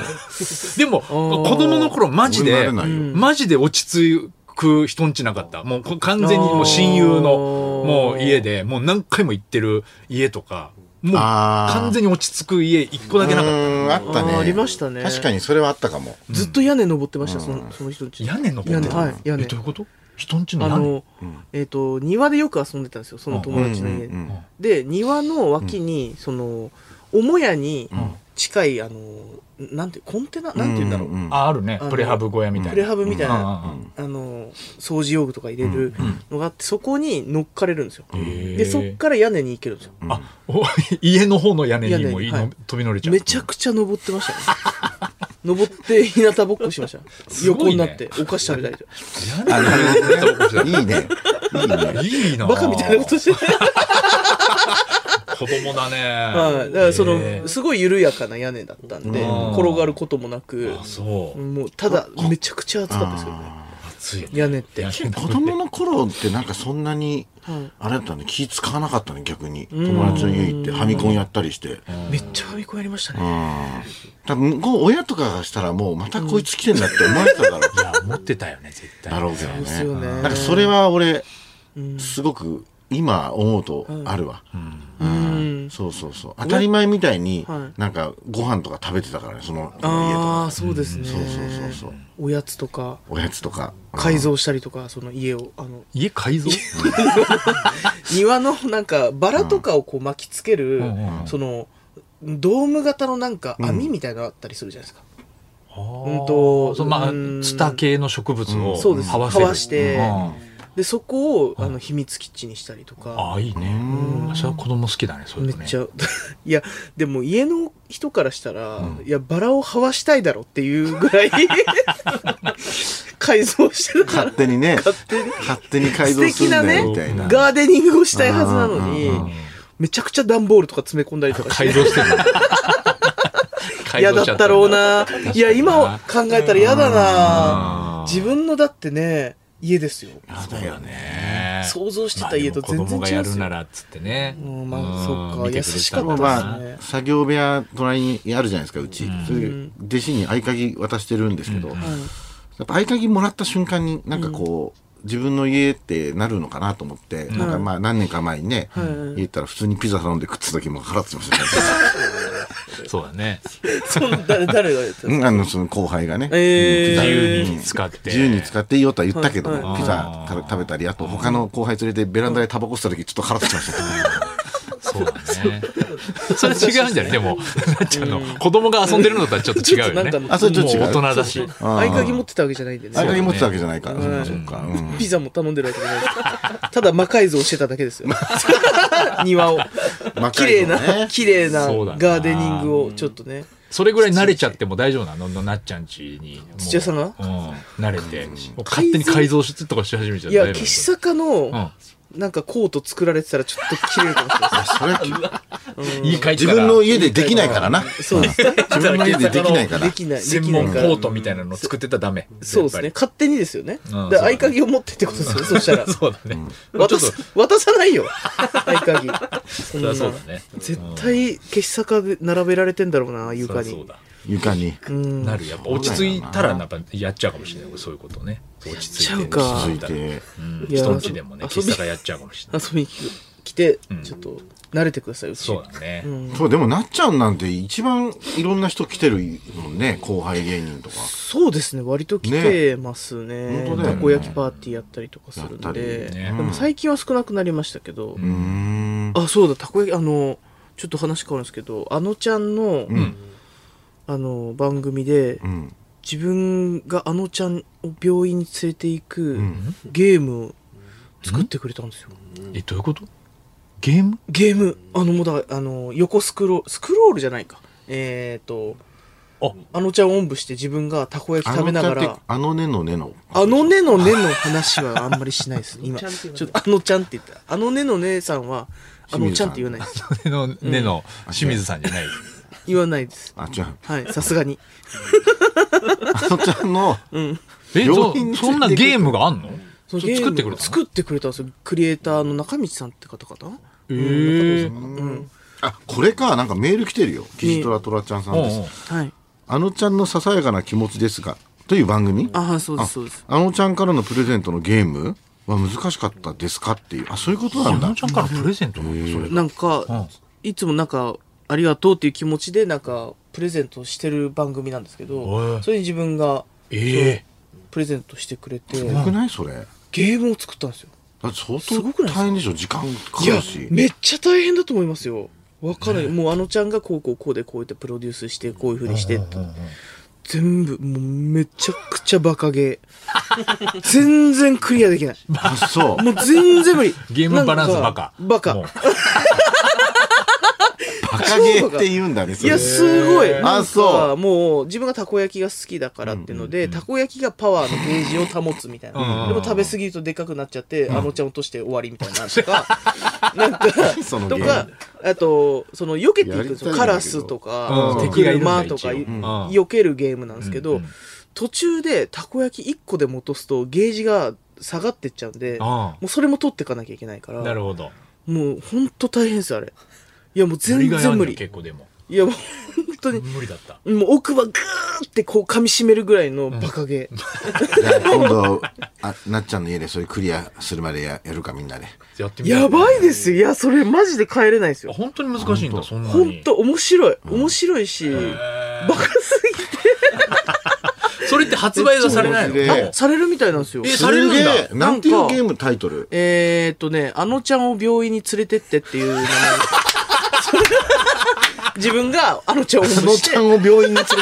[SPEAKER 2] でも、子供の頃マジ
[SPEAKER 3] 俺
[SPEAKER 2] で、
[SPEAKER 3] 慣れないよ
[SPEAKER 2] マジで落ち着く人んちなかった。もうこ完全にもう親友の、もう家で、もう何回も行ってる家とか、もう
[SPEAKER 3] あー
[SPEAKER 2] 完全に落ち着く家一個だけな
[SPEAKER 3] う
[SPEAKER 2] かっ
[SPEAKER 3] ーんあったね
[SPEAKER 4] あーありましたね
[SPEAKER 3] 確かにそれはあったかも
[SPEAKER 4] ずっと屋根登ってました、そのその人ん
[SPEAKER 2] た。
[SPEAKER 4] ち
[SPEAKER 2] 屋根登ってた
[SPEAKER 4] はい屋根
[SPEAKER 2] え、どういうこと人んちの
[SPEAKER 4] あ
[SPEAKER 2] 屋根
[SPEAKER 4] の、えっ、と、庭でよく遊んでたんですよ、その友達の家で。で、庭の脇に、その、母屋に近い、あの、なんて、コンテナ、なんて言うんだろう。
[SPEAKER 3] ん
[SPEAKER 2] あ、あるね
[SPEAKER 4] あ。の
[SPEAKER 2] プレハブ小屋みたいな。
[SPEAKER 4] プレハブみたいな、
[SPEAKER 2] うんうん
[SPEAKER 4] あの、掃除用具とか入れるのがあって、そこに乗っかれるんですよ。
[SPEAKER 2] へー
[SPEAKER 4] で、そっから屋根に行けるんですよ。
[SPEAKER 2] あ、お 家の方の屋根にも
[SPEAKER 4] 屋根に
[SPEAKER 2] いの
[SPEAKER 4] はい
[SPEAKER 2] 飛び乗れちゃう。
[SPEAKER 4] めちゃくちゃ登ってましたね。 登って、日向ぼっこしました。
[SPEAKER 2] すご
[SPEAKER 4] 横
[SPEAKER 2] い
[SPEAKER 4] に
[SPEAKER 2] ね
[SPEAKER 4] なって、お菓子食べたりとか。
[SPEAKER 2] 屋根に登って
[SPEAKER 3] いいね
[SPEAKER 2] たいいなぁ
[SPEAKER 4] バカみたいなことして
[SPEAKER 2] 子供だね。
[SPEAKER 4] はい、だからそ
[SPEAKER 2] へ
[SPEAKER 4] の
[SPEAKER 2] ー
[SPEAKER 4] すごい緩やかな屋根だったんで
[SPEAKER 2] うん
[SPEAKER 4] 転がることもなく
[SPEAKER 2] あそう。
[SPEAKER 4] もうただめちゃくちゃ暑かったですけどね
[SPEAKER 2] 暑いね。
[SPEAKER 4] 屋根って
[SPEAKER 2] 屋根
[SPEAKER 3] 子供の頃ってなんかそんなにあれだったね気使わなかったね逆に友達の家行ってファミコンやったりして
[SPEAKER 4] めっちゃファミコンやりました
[SPEAKER 3] う
[SPEAKER 4] ね
[SPEAKER 3] ん多分向こう親とかがしたらもうまたこいつ来てんだって思われてただろ
[SPEAKER 2] いや、思ってたよね、絶
[SPEAKER 3] う
[SPEAKER 2] 対。
[SPEAKER 3] だろうけど
[SPEAKER 4] ですよね
[SPEAKER 3] ねなんかそれは俺すごく今思うとあるわ
[SPEAKER 4] うん
[SPEAKER 3] そうそうそう当たり前みたいに
[SPEAKER 4] は
[SPEAKER 3] なんかご飯とか食べてたからねそのその家と
[SPEAKER 4] あ
[SPEAKER 3] か
[SPEAKER 4] あそうですね
[SPEAKER 3] そうそうそうそう
[SPEAKER 4] おやつとか
[SPEAKER 3] おやつとか
[SPEAKER 4] 改造したりとかその家をあの
[SPEAKER 2] 家改造
[SPEAKER 4] 庭のなんかバラとかをこう巻きつける
[SPEAKER 2] うん
[SPEAKER 4] そのドーム型のなんか網みたいなのあったりするじゃないですかうんと
[SPEAKER 2] そうまあ、
[SPEAKER 4] うん
[SPEAKER 2] ツタ系の植物を
[SPEAKER 4] そうです
[SPEAKER 2] はわせる
[SPEAKER 4] はわして
[SPEAKER 2] うん
[SPEAKER 4] でそこをあの秘密基地にしたりとか
[SPEAKER 2] ああ、いいね。それは子供好きだね、そうい
[SPEAKER 4] め
[SPEAKER 2] うの
[SPEAKER 4] っ
[SPEAKER 2] ね。
[SPEAKER 4] ちゃ、 いや、でも家の人からしたら、いや、バラをはわしたいだろっていうぐ らい改造してるから
[SPEAKER 3] 勝、手にね勝手に改
[SPEAKER 4] 素
[SPEAKER 3] 造す
[SPEAKER 4] 敵
[SPEAKER 3] るん
[SPEAKER 4] な
[SPEAKER 3] だ
[SPEAKER 4] ね
[SPEAKER 3] よみたい、な
[SPEAKER 4] ガーデニングをしたいはずなのに、めちゃくちゃ段ボールとか詰め込んだりとかして、
[SPEAKER 2] 改造してる。改
[SPEAKER 4] 嫌
[SPEAKER 2] 造
[SPEAKER 4] だ
[SPEAKER 2] しちゃ
[SPEAKER 4] っ
[SPEAKER 2] ったんだ
[SPEAKER 4] たろうないや今考えたら嫌だな
[SPEAKER 2] うん
[SPEAKER 4] 自分のだってね家ですよ
[SPEAKER 3] やだよね。
[SPEAKER 2] ね
[SPEAKER 4] 想像してた家と全然違
[SPEAKER 2] まあでも子供が
[SPEAKER 4] う
[SPEAKER 2] や
[SPEAKER 4] んです
[SPEAKER 2] るな
[SPEAKER 4] よ
[SPEAKER 2] らっつってね
[SPEAKER 4] うんまあそっか
[SPEAKER 2] 見てくれたんだ
[SPEAKER 3] でも
[SPEAKER 4] 優しかっ
[SPEAKER 3] ま
[SPEAKER 4] た
[SPEAKER 3] あ
[SPEAKER 4] ですね、
[SPEAKER 3] 作業部屋、隣にあるじゃないですか、うち。それで弟子に合鍵渡してるんですけど、やっぱ合鍵もらった瞬間に、なんかこう、自分の家ってなるのかなと思って、なんかまあ何年か前にね、家行ったら普通にピザ頼んで食ってた時も払ってました ね。
[SPEAKER 2] そうだね
[SPEAKER 4] そんな誰誰がやった
[SPEAKER 3] うんあの、その後輩がね。うんピ
[SPEAKER 4] えー
[SPEAKER 3] ザ
[SPEAKER 2] 自由に使って
[SPEAKER 3] 自由に使っていいよとは言ったけど
[SPEAKER 4] はい
[SPEAKER 3] も、
[SPEAKER 2] はい
[SPEAKER 3] ピザ食べ食べたり、あと他の後輩連れてベランダでタバコ吸った時ちょっと腹立ちましたね。
[SPEAKER 2] そうだねそれ違うんじゃないでもなっ ちゃんの子供が遊んでるのとはちょっと違うよね
[SPEAKER 4] ちょっとなん
[SPEAKER 3] かあそれちょっと違う
[SPEAKER 2] もう大人だし
[SPEAKER 3] あ
[SPEAKER 4] 合鍵持ってたわけじゃないんでね
[SPEAKER 3] 合鍵持ってたわけじゃないから。
[SPEAKER 4] そうだね
[SPEAKER 3] そっか。うん
[SPEAKER 4] ピザも頼んでるわけじゃないです。ただ魔改造してただけですよ。庭を。
[SPEAKER 3] 魔
[SPEAKER 4] 綺
[SPEAKER 3] 改
[SPEAKER 4] 麗
[SPEAKER 3] 造ね
[SPEAKER 4] な、綺麗な
[SPEAKER 2] そうだな
[SPEAKER 4] ガーデニングをちょっとね。
[SPEAKER 2] それぐらい慣れちゃっても大丈夫なのなっちゃんち にもう
[SPEAKER 4] 土屋さんが
[SPEAKER 2] うん慣れてもう勝手に改造しとかし始めちゃっ
[SPEAKER 4] い
[SPEAKER 2] た
[SPEAKER 4] や、
[SPEAKER 2] だぶ
[SPEAKER 4] 岸坂の、なんかコート作られてたらちょっと切れるかもしれない
[SPEAKER 3] それは
[SPEAKER 2] うんいい回
[SPEAKER 3] 自分の家でできないからな。
[SPEAKER 4] です。そ うです。
[SPEAKER 3] 自分の家でできないから
[SPEAKER 4] で。きない、で
[SPEAKER 2] 専
[SPEAKER 4] きない
[SPEAKER 2] 門コ
[SPEAKER 4] から
[SPEAKER 2] ー。トみたいなの作ってたらダメ
[SPEAKER 4] そうですね
[SPEAKER 2] や。っ
[SPEAKER 4] 勝手にですよね。だ
[SPEAKER 2] うん
[SPEAKER 4] か
[SPEAKER 2] そう
[SPEAKER 4] ら
[SPEAKER 2] だね
[SPEAKER 4] 合鍵を持ってってこと ですよね。そしたら
[SPEAKER 2] ぱり。そうだね
[SPEAKER 4] 渡
[SPEAKER 2] ちょ
[SPEAKER 4] す
[SPEAKER 2] っと、
[SPEAKER 4] 渡さないよ。合鍵。そん な。
[SPEAKER 2] そうだね
[SPEAKER 4] 絶対、消し坂で並べられてんだろうな、床
[SPEAKER 2] そりゃそう
[SPEAKER 4] に。
[SPEAKER 2] だ
[SPEAKER 3] 床に。
[SPEAKER 4] うん。
[SPEAKER 2] なるやっぱ落ち着いたらやっぱやっちゃうかもしれないそういうことね落ち着いて
[SPEAKER 4] やっちゃうか
[SPEAKER 3] 続いて。
[SPEAKER 2] うん
[SPEAKER 4] いや
[SPEAKER 2] 人んちでもね
[SPEAKER 4] 遊
[SPEAKER 2] 喫
[SPEAKER 4] び
[SPEAKER 2] 茶がやっちゃうかもしれない
[SPEAKER 4] 遊びに来て、
[SPEAKER 2] うん
[SPEAKER 4] ちょっと慣れてください、うち。
[SPEAKER 2] そうだね
[SPEAKER 3] そう、でもなっちゃんなんて一番いろんな人来てるもんね。後輩芸人とか。
[SPEAKER 4] そうですね、割と来てますね。
[SPEAKER 3] ね本当だよ
[SPEAKER 4] た
[SPEAKER 3] ね
[SPEAKER 4] こ焼きパーティーやったりとかする
[SPEAKER 3] や
[SPEAKER 4] ん
[SPEAKER 3] った
[SPEAKER 4] で、
[SPEAKER 3] り
[SPEAKER 2] ね
[SPEAKER 4] でも最近は少なくなりましたけど、
[SPEAKER 3] うーん。
[SPEAKER 4] あ、そうだ、たこ焼き、あの、ちょっと話変わるんですけど、あのちゃんの、
[SPEAKER 3] ん
[SPEAKER 4] あの、番組で、
[SPEAKER 3] うん。
[SPEAKER 4] 自分があのちゃんを病院に連れて行く、ゲームを作ってくれたんですよ。
[SPEAKER 2] えどういうことゲーム
[SPEAKER 4] ゲーム、あの、もうだ、あの、横スクロール、スクロールじゃないか。えっ、と、
[SPEAKER 2] あ
[SPEAKER 4] あのちゃんをおんぶして自分がたこ焼き
[SPEAKER 3] あ
[SPEAKER 4] 食べ
[SPEAKER 3] の
[SPEAKER 4] な
[SPEAKER 3] ちゃ
[SPEAKER 4] が
[SPEAKER 3] んって
[SPEAKER 4] ら、、
[SPEAKER 3] あのねのねの。
[SPEAKER 4] あのねのねの話は あんまりしないです。今、ちょっとあのちゃんって言った。あのねのねさんは、あのちゃんって言わないです。
[SPEAKER 2] あのねの清水さんじゃない
[SPEAKER 4] 言わないです。
[SPEAKER 3] あ、違う。
[SPEAKER 4] はい、さすがに。
[SPEAKER 3] あのちゃんの、
[SPEAKER 2] え
[SPEAKER 3] 病
[SPEAKER 2] そ
[SPEAKER 3] 院に
[SPEAKER 2] そんなゲームがあんのそ
[SPEAKER 4] そ
[SPEAKER 2] れ
[SPEAKER 4] のゲー
[SPEAKER 2] 作
[SPEAKER 4] ム
[SPEAKER 2] ってくれたの
[SPEAKER 4] 作ってくれたんですよ。クリエイターの中道さんって方かな
[SPEAKER 2] えー
[SPEAKER 3] あ、これか。なんかメール来てるよ。キジトラトラちゃんさんで
[SPEAKER 2] うんうん
[SPEAKER 3] す。
[SPEAKER 4] はい。
[SPEAKER 3] あのちゃんのささやかな気持ちですが、という番組
[SPEAKER 4] あはい、そうで
[SPEAKER 3] あ
[SPEAKER 4] す、そうです。
[SPEAKER 3] あのちゃんからのプレゼントのゲームは難しかったですかっていう。あ、そういうことなん
[SPEAKER 2] あ
[SPEAKER 3] だ
[SPEAKER 2] の。ちゃんからプレゼントなんだそれ
[SPEAKER 4] なんか、
[SPEAKER 2] ん
[SPEAKER 4] いつもなんか、ありがとうっていう気持ちで、なんか、プレゼントしてる番組なんですけ
[SPEAKER 2] お
[SPEAKER 4] ど、
[SPEAKER 2] い
[SPEAKER 4] それに自分が
[SPEAKER 2] え
[SPEAKER 4] プレゼントしてくれて、
[SPEAKER 3] よくないそれ。だって
[SPEAKER 4] ゲームを作ったんですよ。
[SPEAKER 3] 相
[SPEAKER 4] す
[SPEAKER 3] 当
[SPEAKER 4] ごくないですか
[SPEAKER 3] 大変でしょ時間か
[SPEAKER 4] い
[SPEAKER 3] か
[SPEAKER 4] や
[SPEAKER 3] るし。
[SPEAKER 4] めっちゃ大変だと思いますよわかんない、もうあのちゃんがこうこうこうでこうやってプロデュースしてこういうふうにしてって、全部もうめちゃくちゃバカゲー 全然クリアできない
[SPEAKER 3] あ、そう。
[SPEAKER 4] もう全然無理
[SPEAKER 2] ゲームバランス
[SPEAKER 4] なん
[SPEAKER 2] バ
[SPEAKER 4] か
[SPEAKER 2] カ
[SPEAKER 4] バカ
[SPEAKER 2] もう
[SPEAKER 3] バカゲーって言うんだね、そ
[SPEAKER 4] い
[SPEAKER 3] れ
[SPEAKER 4] や、すごい。なんか
[SPEAKER 3] あそう
[SPEAKER 4] もう、自分がたこ焼きが好きだからっていうので、たこ焼きがパワーのゲージを保つみたいな。
[SPEAKER 2] うん
[SPEAKER 4] でも食べ過ぎるとでかくなっちゃって、あのちゃん落として終わりみたいな話とか、 なんか、
[SPEAKER 3] そのゲー
[SPEAKER 4] と
[SPEAKER 3] ム
[SPEAKER 4] か、あと、その、避けていくんですよ。
[SPEAKER 3] やり
[SPEAKER 4] カ
[SPEAKER 3] たいんだけど
[SPEAKER 4] ラスと
[SPEAKER 2] う
[SPEAKER 4] か
[SPEAKER 2] ん、
[SPEAKER 4] その
[SPEAKER 2] 敵がいるんだ
[SPEAKER 4] 車とか、
[SPEAKER 2] 一応うん
[SPEAKER 4] 避けるゲームなんですけ
[SPEAKER 2] う
[SPEAKER 4] ど
[SPEAKER 2] んうん、
[SPEAKER 4] 途中でたこ焼き1個でも落とすと、ゲージが下がってっちゃうんで、
[SPEAKER 2] あ
[SPEAKER 4] もうそれも取ってかなきゃいけないから、
[SPEAKER 2] なるほど
[SPEAKER 4] もうほんと大変ですよ、あれ。いや、もう
[SPEAKER 2] 無理
[SPEAKER 4] 全
[SPEAKER 2] がや
[SPEAKER 4] 然
[SPEAKER 2] ん
[SPEAKER 4] 無
[SPEAKER 2] の
[SPEAKER 4] 理。
[SPEAKER 2] 結構でも
[SPEAKER 4] いや、もう本当に、
[SPEAKER 2] 無理だった
[SPEAKER 4] もう奥歯グーってこう噛み締めるぐらいのバ カゲー。
[SPEAKER 3] じゃあ今度、あなっちゃんの家でそれクリアするまでややるか、みんなで。
[SPEAKER 2] やってみた
[SPEAKER 4] やばいです
[SPEAKER 2] よ
[SPEAKER 4] よ。いや、それマジで帰れないですよ。
[SPEAKER 2] 本当に難しいんだそんな
[SPEAKER 4] ほん
[SPEAKER 2] に
[SPEAKER 4] と面白い。面白いし、
[SPEAKER 2] えー
[SPEAKER 4] バカす
[SPEAKER 2] それって発売がされないの
[SPEAKER 3] めっちゃ面
[SPEAKER 2] も
[SPEAKER 3] 白い
[SPEAKER 4] ぎ
[SPEAKER 2] う
[SPEAKER 4] て、されるみたいなんですよ。
[SPEAKER 2] えされるんだ
[SPEAKER 3] すげえなんていうゲームタイトル
[SPEAKER 4] えーっとね、あのちゃんを病院に連れてってっていう 名前。自分があのちゃんをおんぶ
[SPEAKER 3] あの
[SPEAKER 4] し
[SPEAKER 3] ちゃ
[SPEAKER 4] て
[SPEAKER 3] んを病院に連れてって。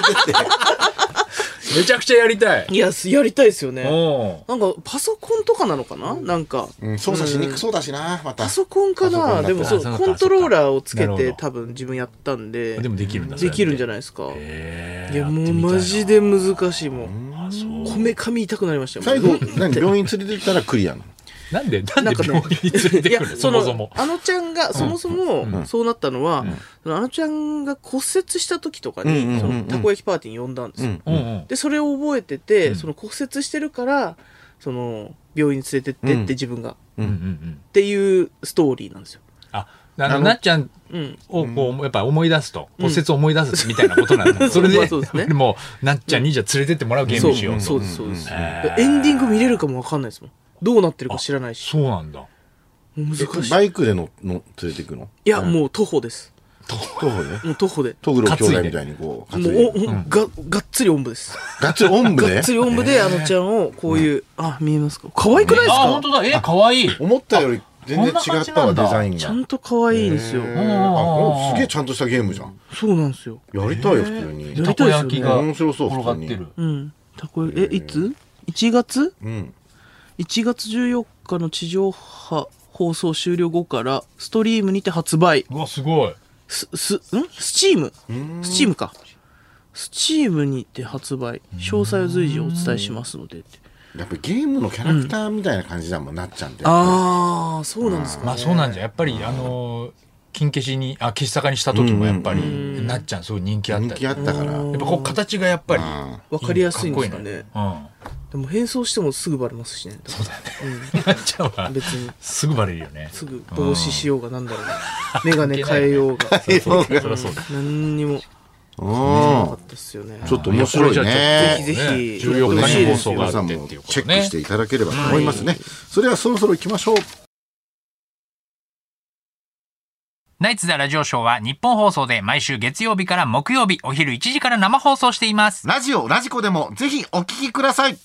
[SPEAKER 2] めちゃくちゃやりたい
[SPEAKER 4] いや、すやりたいですよね。
[SPEAKER 2] お
[SPEAKER 4] なんか、パソコンとかなのかななんか。
[SPEAKER 3] うん操作しにく そうだしな、また。
[SPEAKER 4] パソコンか
[SPEAKER 3] パソコンだ
[SPEAKER 4] な
[SPEAKER 3] った
[SPEAKER 4] でもそ
[SPEAKER 2] あそう
[SPEAKER 4] う、
[SPEAKER 2] か
[SPEAKER 4] コントローラーをつけ
[SPEAKER 2] なる
[SPEAKER 4] て
[SPEAKER 2] ほど
[SPEAKER 4] 多分自分やったんで、
[SPEAKER 2] でもできるんだ
[SPEAKER 4] できるんじゃ
[SPEAKER 2] ない
[SPEAKER 4] ないですか。
[SPEAKER 2] えー
[SPEAKER 4] いや、も
[SPEAKER 2] って
[SPEAKER 4] う
[SPEAKER 2] みたいな
[SPEAKER 4] マジで難しいもん。
[SPEAKER 2] あそう
[SPEAKER 4] こめかみ痛くなりましたよ。
[SPEAKER 3] 最
[SPEAKER 4] も
[SPEAKER 3] 後
[SPEAKER 4] う、
[SPEAKER 3] 何病院連れてきたらクリアなの。
[SPEAKER 2] なんでなん
[SPEAKER 4] なん
[SPEAKER 2] で
[SPEAKER 4] か
[SPEAKER 2] 病
[SPEAKER 4] ね
[SPEAKER 2] 院に連れて
[SPEAKER 4] い
[SPEAKER 2] く
[SPEAKER 4] や
[SPEAKER 2] るの
[SPEAKER 4] そ
[SPEAKER 2] そ
[SPEAKER 4] の
[SPEAKER 2] もそも。
[SPEAKER 4] あのちゃんがそもそもそうなったのは、そのあのちゃんが骨折した時とかに、
[SPEAKER 3] うんうんうんうん
[SPEAKER 4] そのたこ焼きパーティーに呼んだんですよ、
[SPEAKER 2] うんうん
[SPEAKER 4] でそれを覚えてて、その骨折してるからその病院に連れてってって自分が、
[SPEAKER 2] うんうんうん。
[SPEAKER 4] っていうストーリーなんですよ、
[SPEAKER 2] あ、あの、なっちゃん
[SPEAKER 4] うん、
[SPEAKER 2] をこう、やっぱ思い出すと、骨折を思い出すみたいなことなんだ。それ
[SPEAKER 4] まあそうですね
[SPEAKER 2] で、もう、なっちゃんにじゃあ連れてってもらうゲームにしようと。
[SPEAKER 4] そうそうですそうです、
[SPEAKER 2] へー
[SPEAKER 4] エンディング見れるかもわかんないですもんどうなってるか知らないし
[SPEAKER 2] そうなんだ。
[SPEAKER 4] 難しい
[SPEAKER 3] バイクでのの連れていくの
[SPEAKER 4] いや、もう徒歩です
[SPEAKER 3] 徒歩で
[SPEAKER 4] もう徒歩で
[SPEAKER 3] トグロ兄弟みたいにこう担
[SPEAKER 4] も
[SPEAKER 3] いうで
[SPEAKER 4] おおががっつりおんぶです
[SPEAKER 3] ガッツリおんぶ
[SPEAKER 4] が
[SPEAKER 3] で
[SPEAKER 4] っつりおんぶであのちゃんをこういうあ見えますか可愛くないです
[SPEAKER 2] あ、
[SPEAKER 4] か
[SPEAKER 2] 本当だ。え、かわいい。
[SPEAKER 3] 思ったより全然違った
[SPEAKER 2] こ
[SPEAKER 3] わ
[SPEAKER 2] んな感じなん
[SPEAKER 3] デ
[SPEAKER 2] だ
[SPEAKER 3] ザイン
[SPEAKER 4] ち
[SPEAKER 3] が
[SPEAKER 4] ゃんと可愛いんですよ
[SPEAKER 3] へーあこれすげえちゃんとしたゲームじゃん
[SPEAKER 4] そうなんですよ
[SPEAKER 3] やりたいよ普通に
[SPEAKER 4] や
[SPEAKER 2] た
[SPEAKER 4] り
[SPEAKER 2] こ
[SPEAKER 4] たいですよね
[SPEAKER 2] 焼きが
[SPEAKER 3] 面白そう
[SPEAKER 2] 転がってる。
[SPEAKER 4] うんたこ焼きえいつ ?1 月
[SPEAKER 3] うん、
[SPEAKER 4] 1月14日の地上波放送終了後からストリームにて発売
[SPEAKER 2] うわ、すごい。
[SPEAKER 4] すすんスチームスチームかスチームにて発売詳細を随時お伝えしますのでって
[SPEAKER 3] やっぱゲームのキャラクターみたいな感じだもん、なっちゃんって
[SPEAKER 4] ああそうなんですか
[SPEAKER 2] まあそうなんじゃやっぱりあのー金消しにあ消し坂にした時もやっぱりなっちゃんすごい人気あった
[SPEAKER 3] 人
[SPEAKER 2] よ
[SPEAKER 3] 気
[SPEAKER 2] や
[SPEAKER 3] あ
[SPEAKER 2] っ
[SPEAKER 3] ったから
[SPEAKER 2] ぱこう形がやっぱり
[SPEAKER 4] わかりやすいんですか
[SPEAKER 2] いい
[SPEAKER 4] ね
[SPEAKER 2] かっこいいね
[SPEAKER 4] でも変装してもすぐバレますしね
[SPEAKER 2] うんそうだよねなっちゃん は
[SPEAKER 4] 別に
[SPEAKER 2] すぐバレるよね
[SPEAKER 4] すぐ帽子しようがなんだろうが眼鏡変えようが
[SPEAKER 2] そうそうそうそりゃそうだ
[SPEAKER 4] 何にもなか
[SPEAKER 3] う
[SPEAKER 4] ったっすよね
[SPEAKER 3] んちょっと面白い
[SPEAKER 2] いやこれじゃあち
[SPEAKER 3] ね
[SPEAKER 2] ょっと
[SPEAKER 4] ぜひぜひ
[SPEAKER 2] 14日に放送が
[SPEAKER 3] 皆
[SPEAKER 2] あ
[SPEAKER 3] さ
[SPEAKER 2] っ
[SPEAKER 3] ん
[SPEAKER 2] てっ
[SPEAKER 3] も
[SPEAKER 2] ていうことね
[SPEAKER 3] チェックしていただければと思いますね、それではそろそろ行きましょう
[SPEAKER 5] ナイツザラジオショーは日本放送で毎週月曜日から木曜日お昼1時から生放送しています。
[SPEAKER 3] ラジオラジコでもぜひお聞きください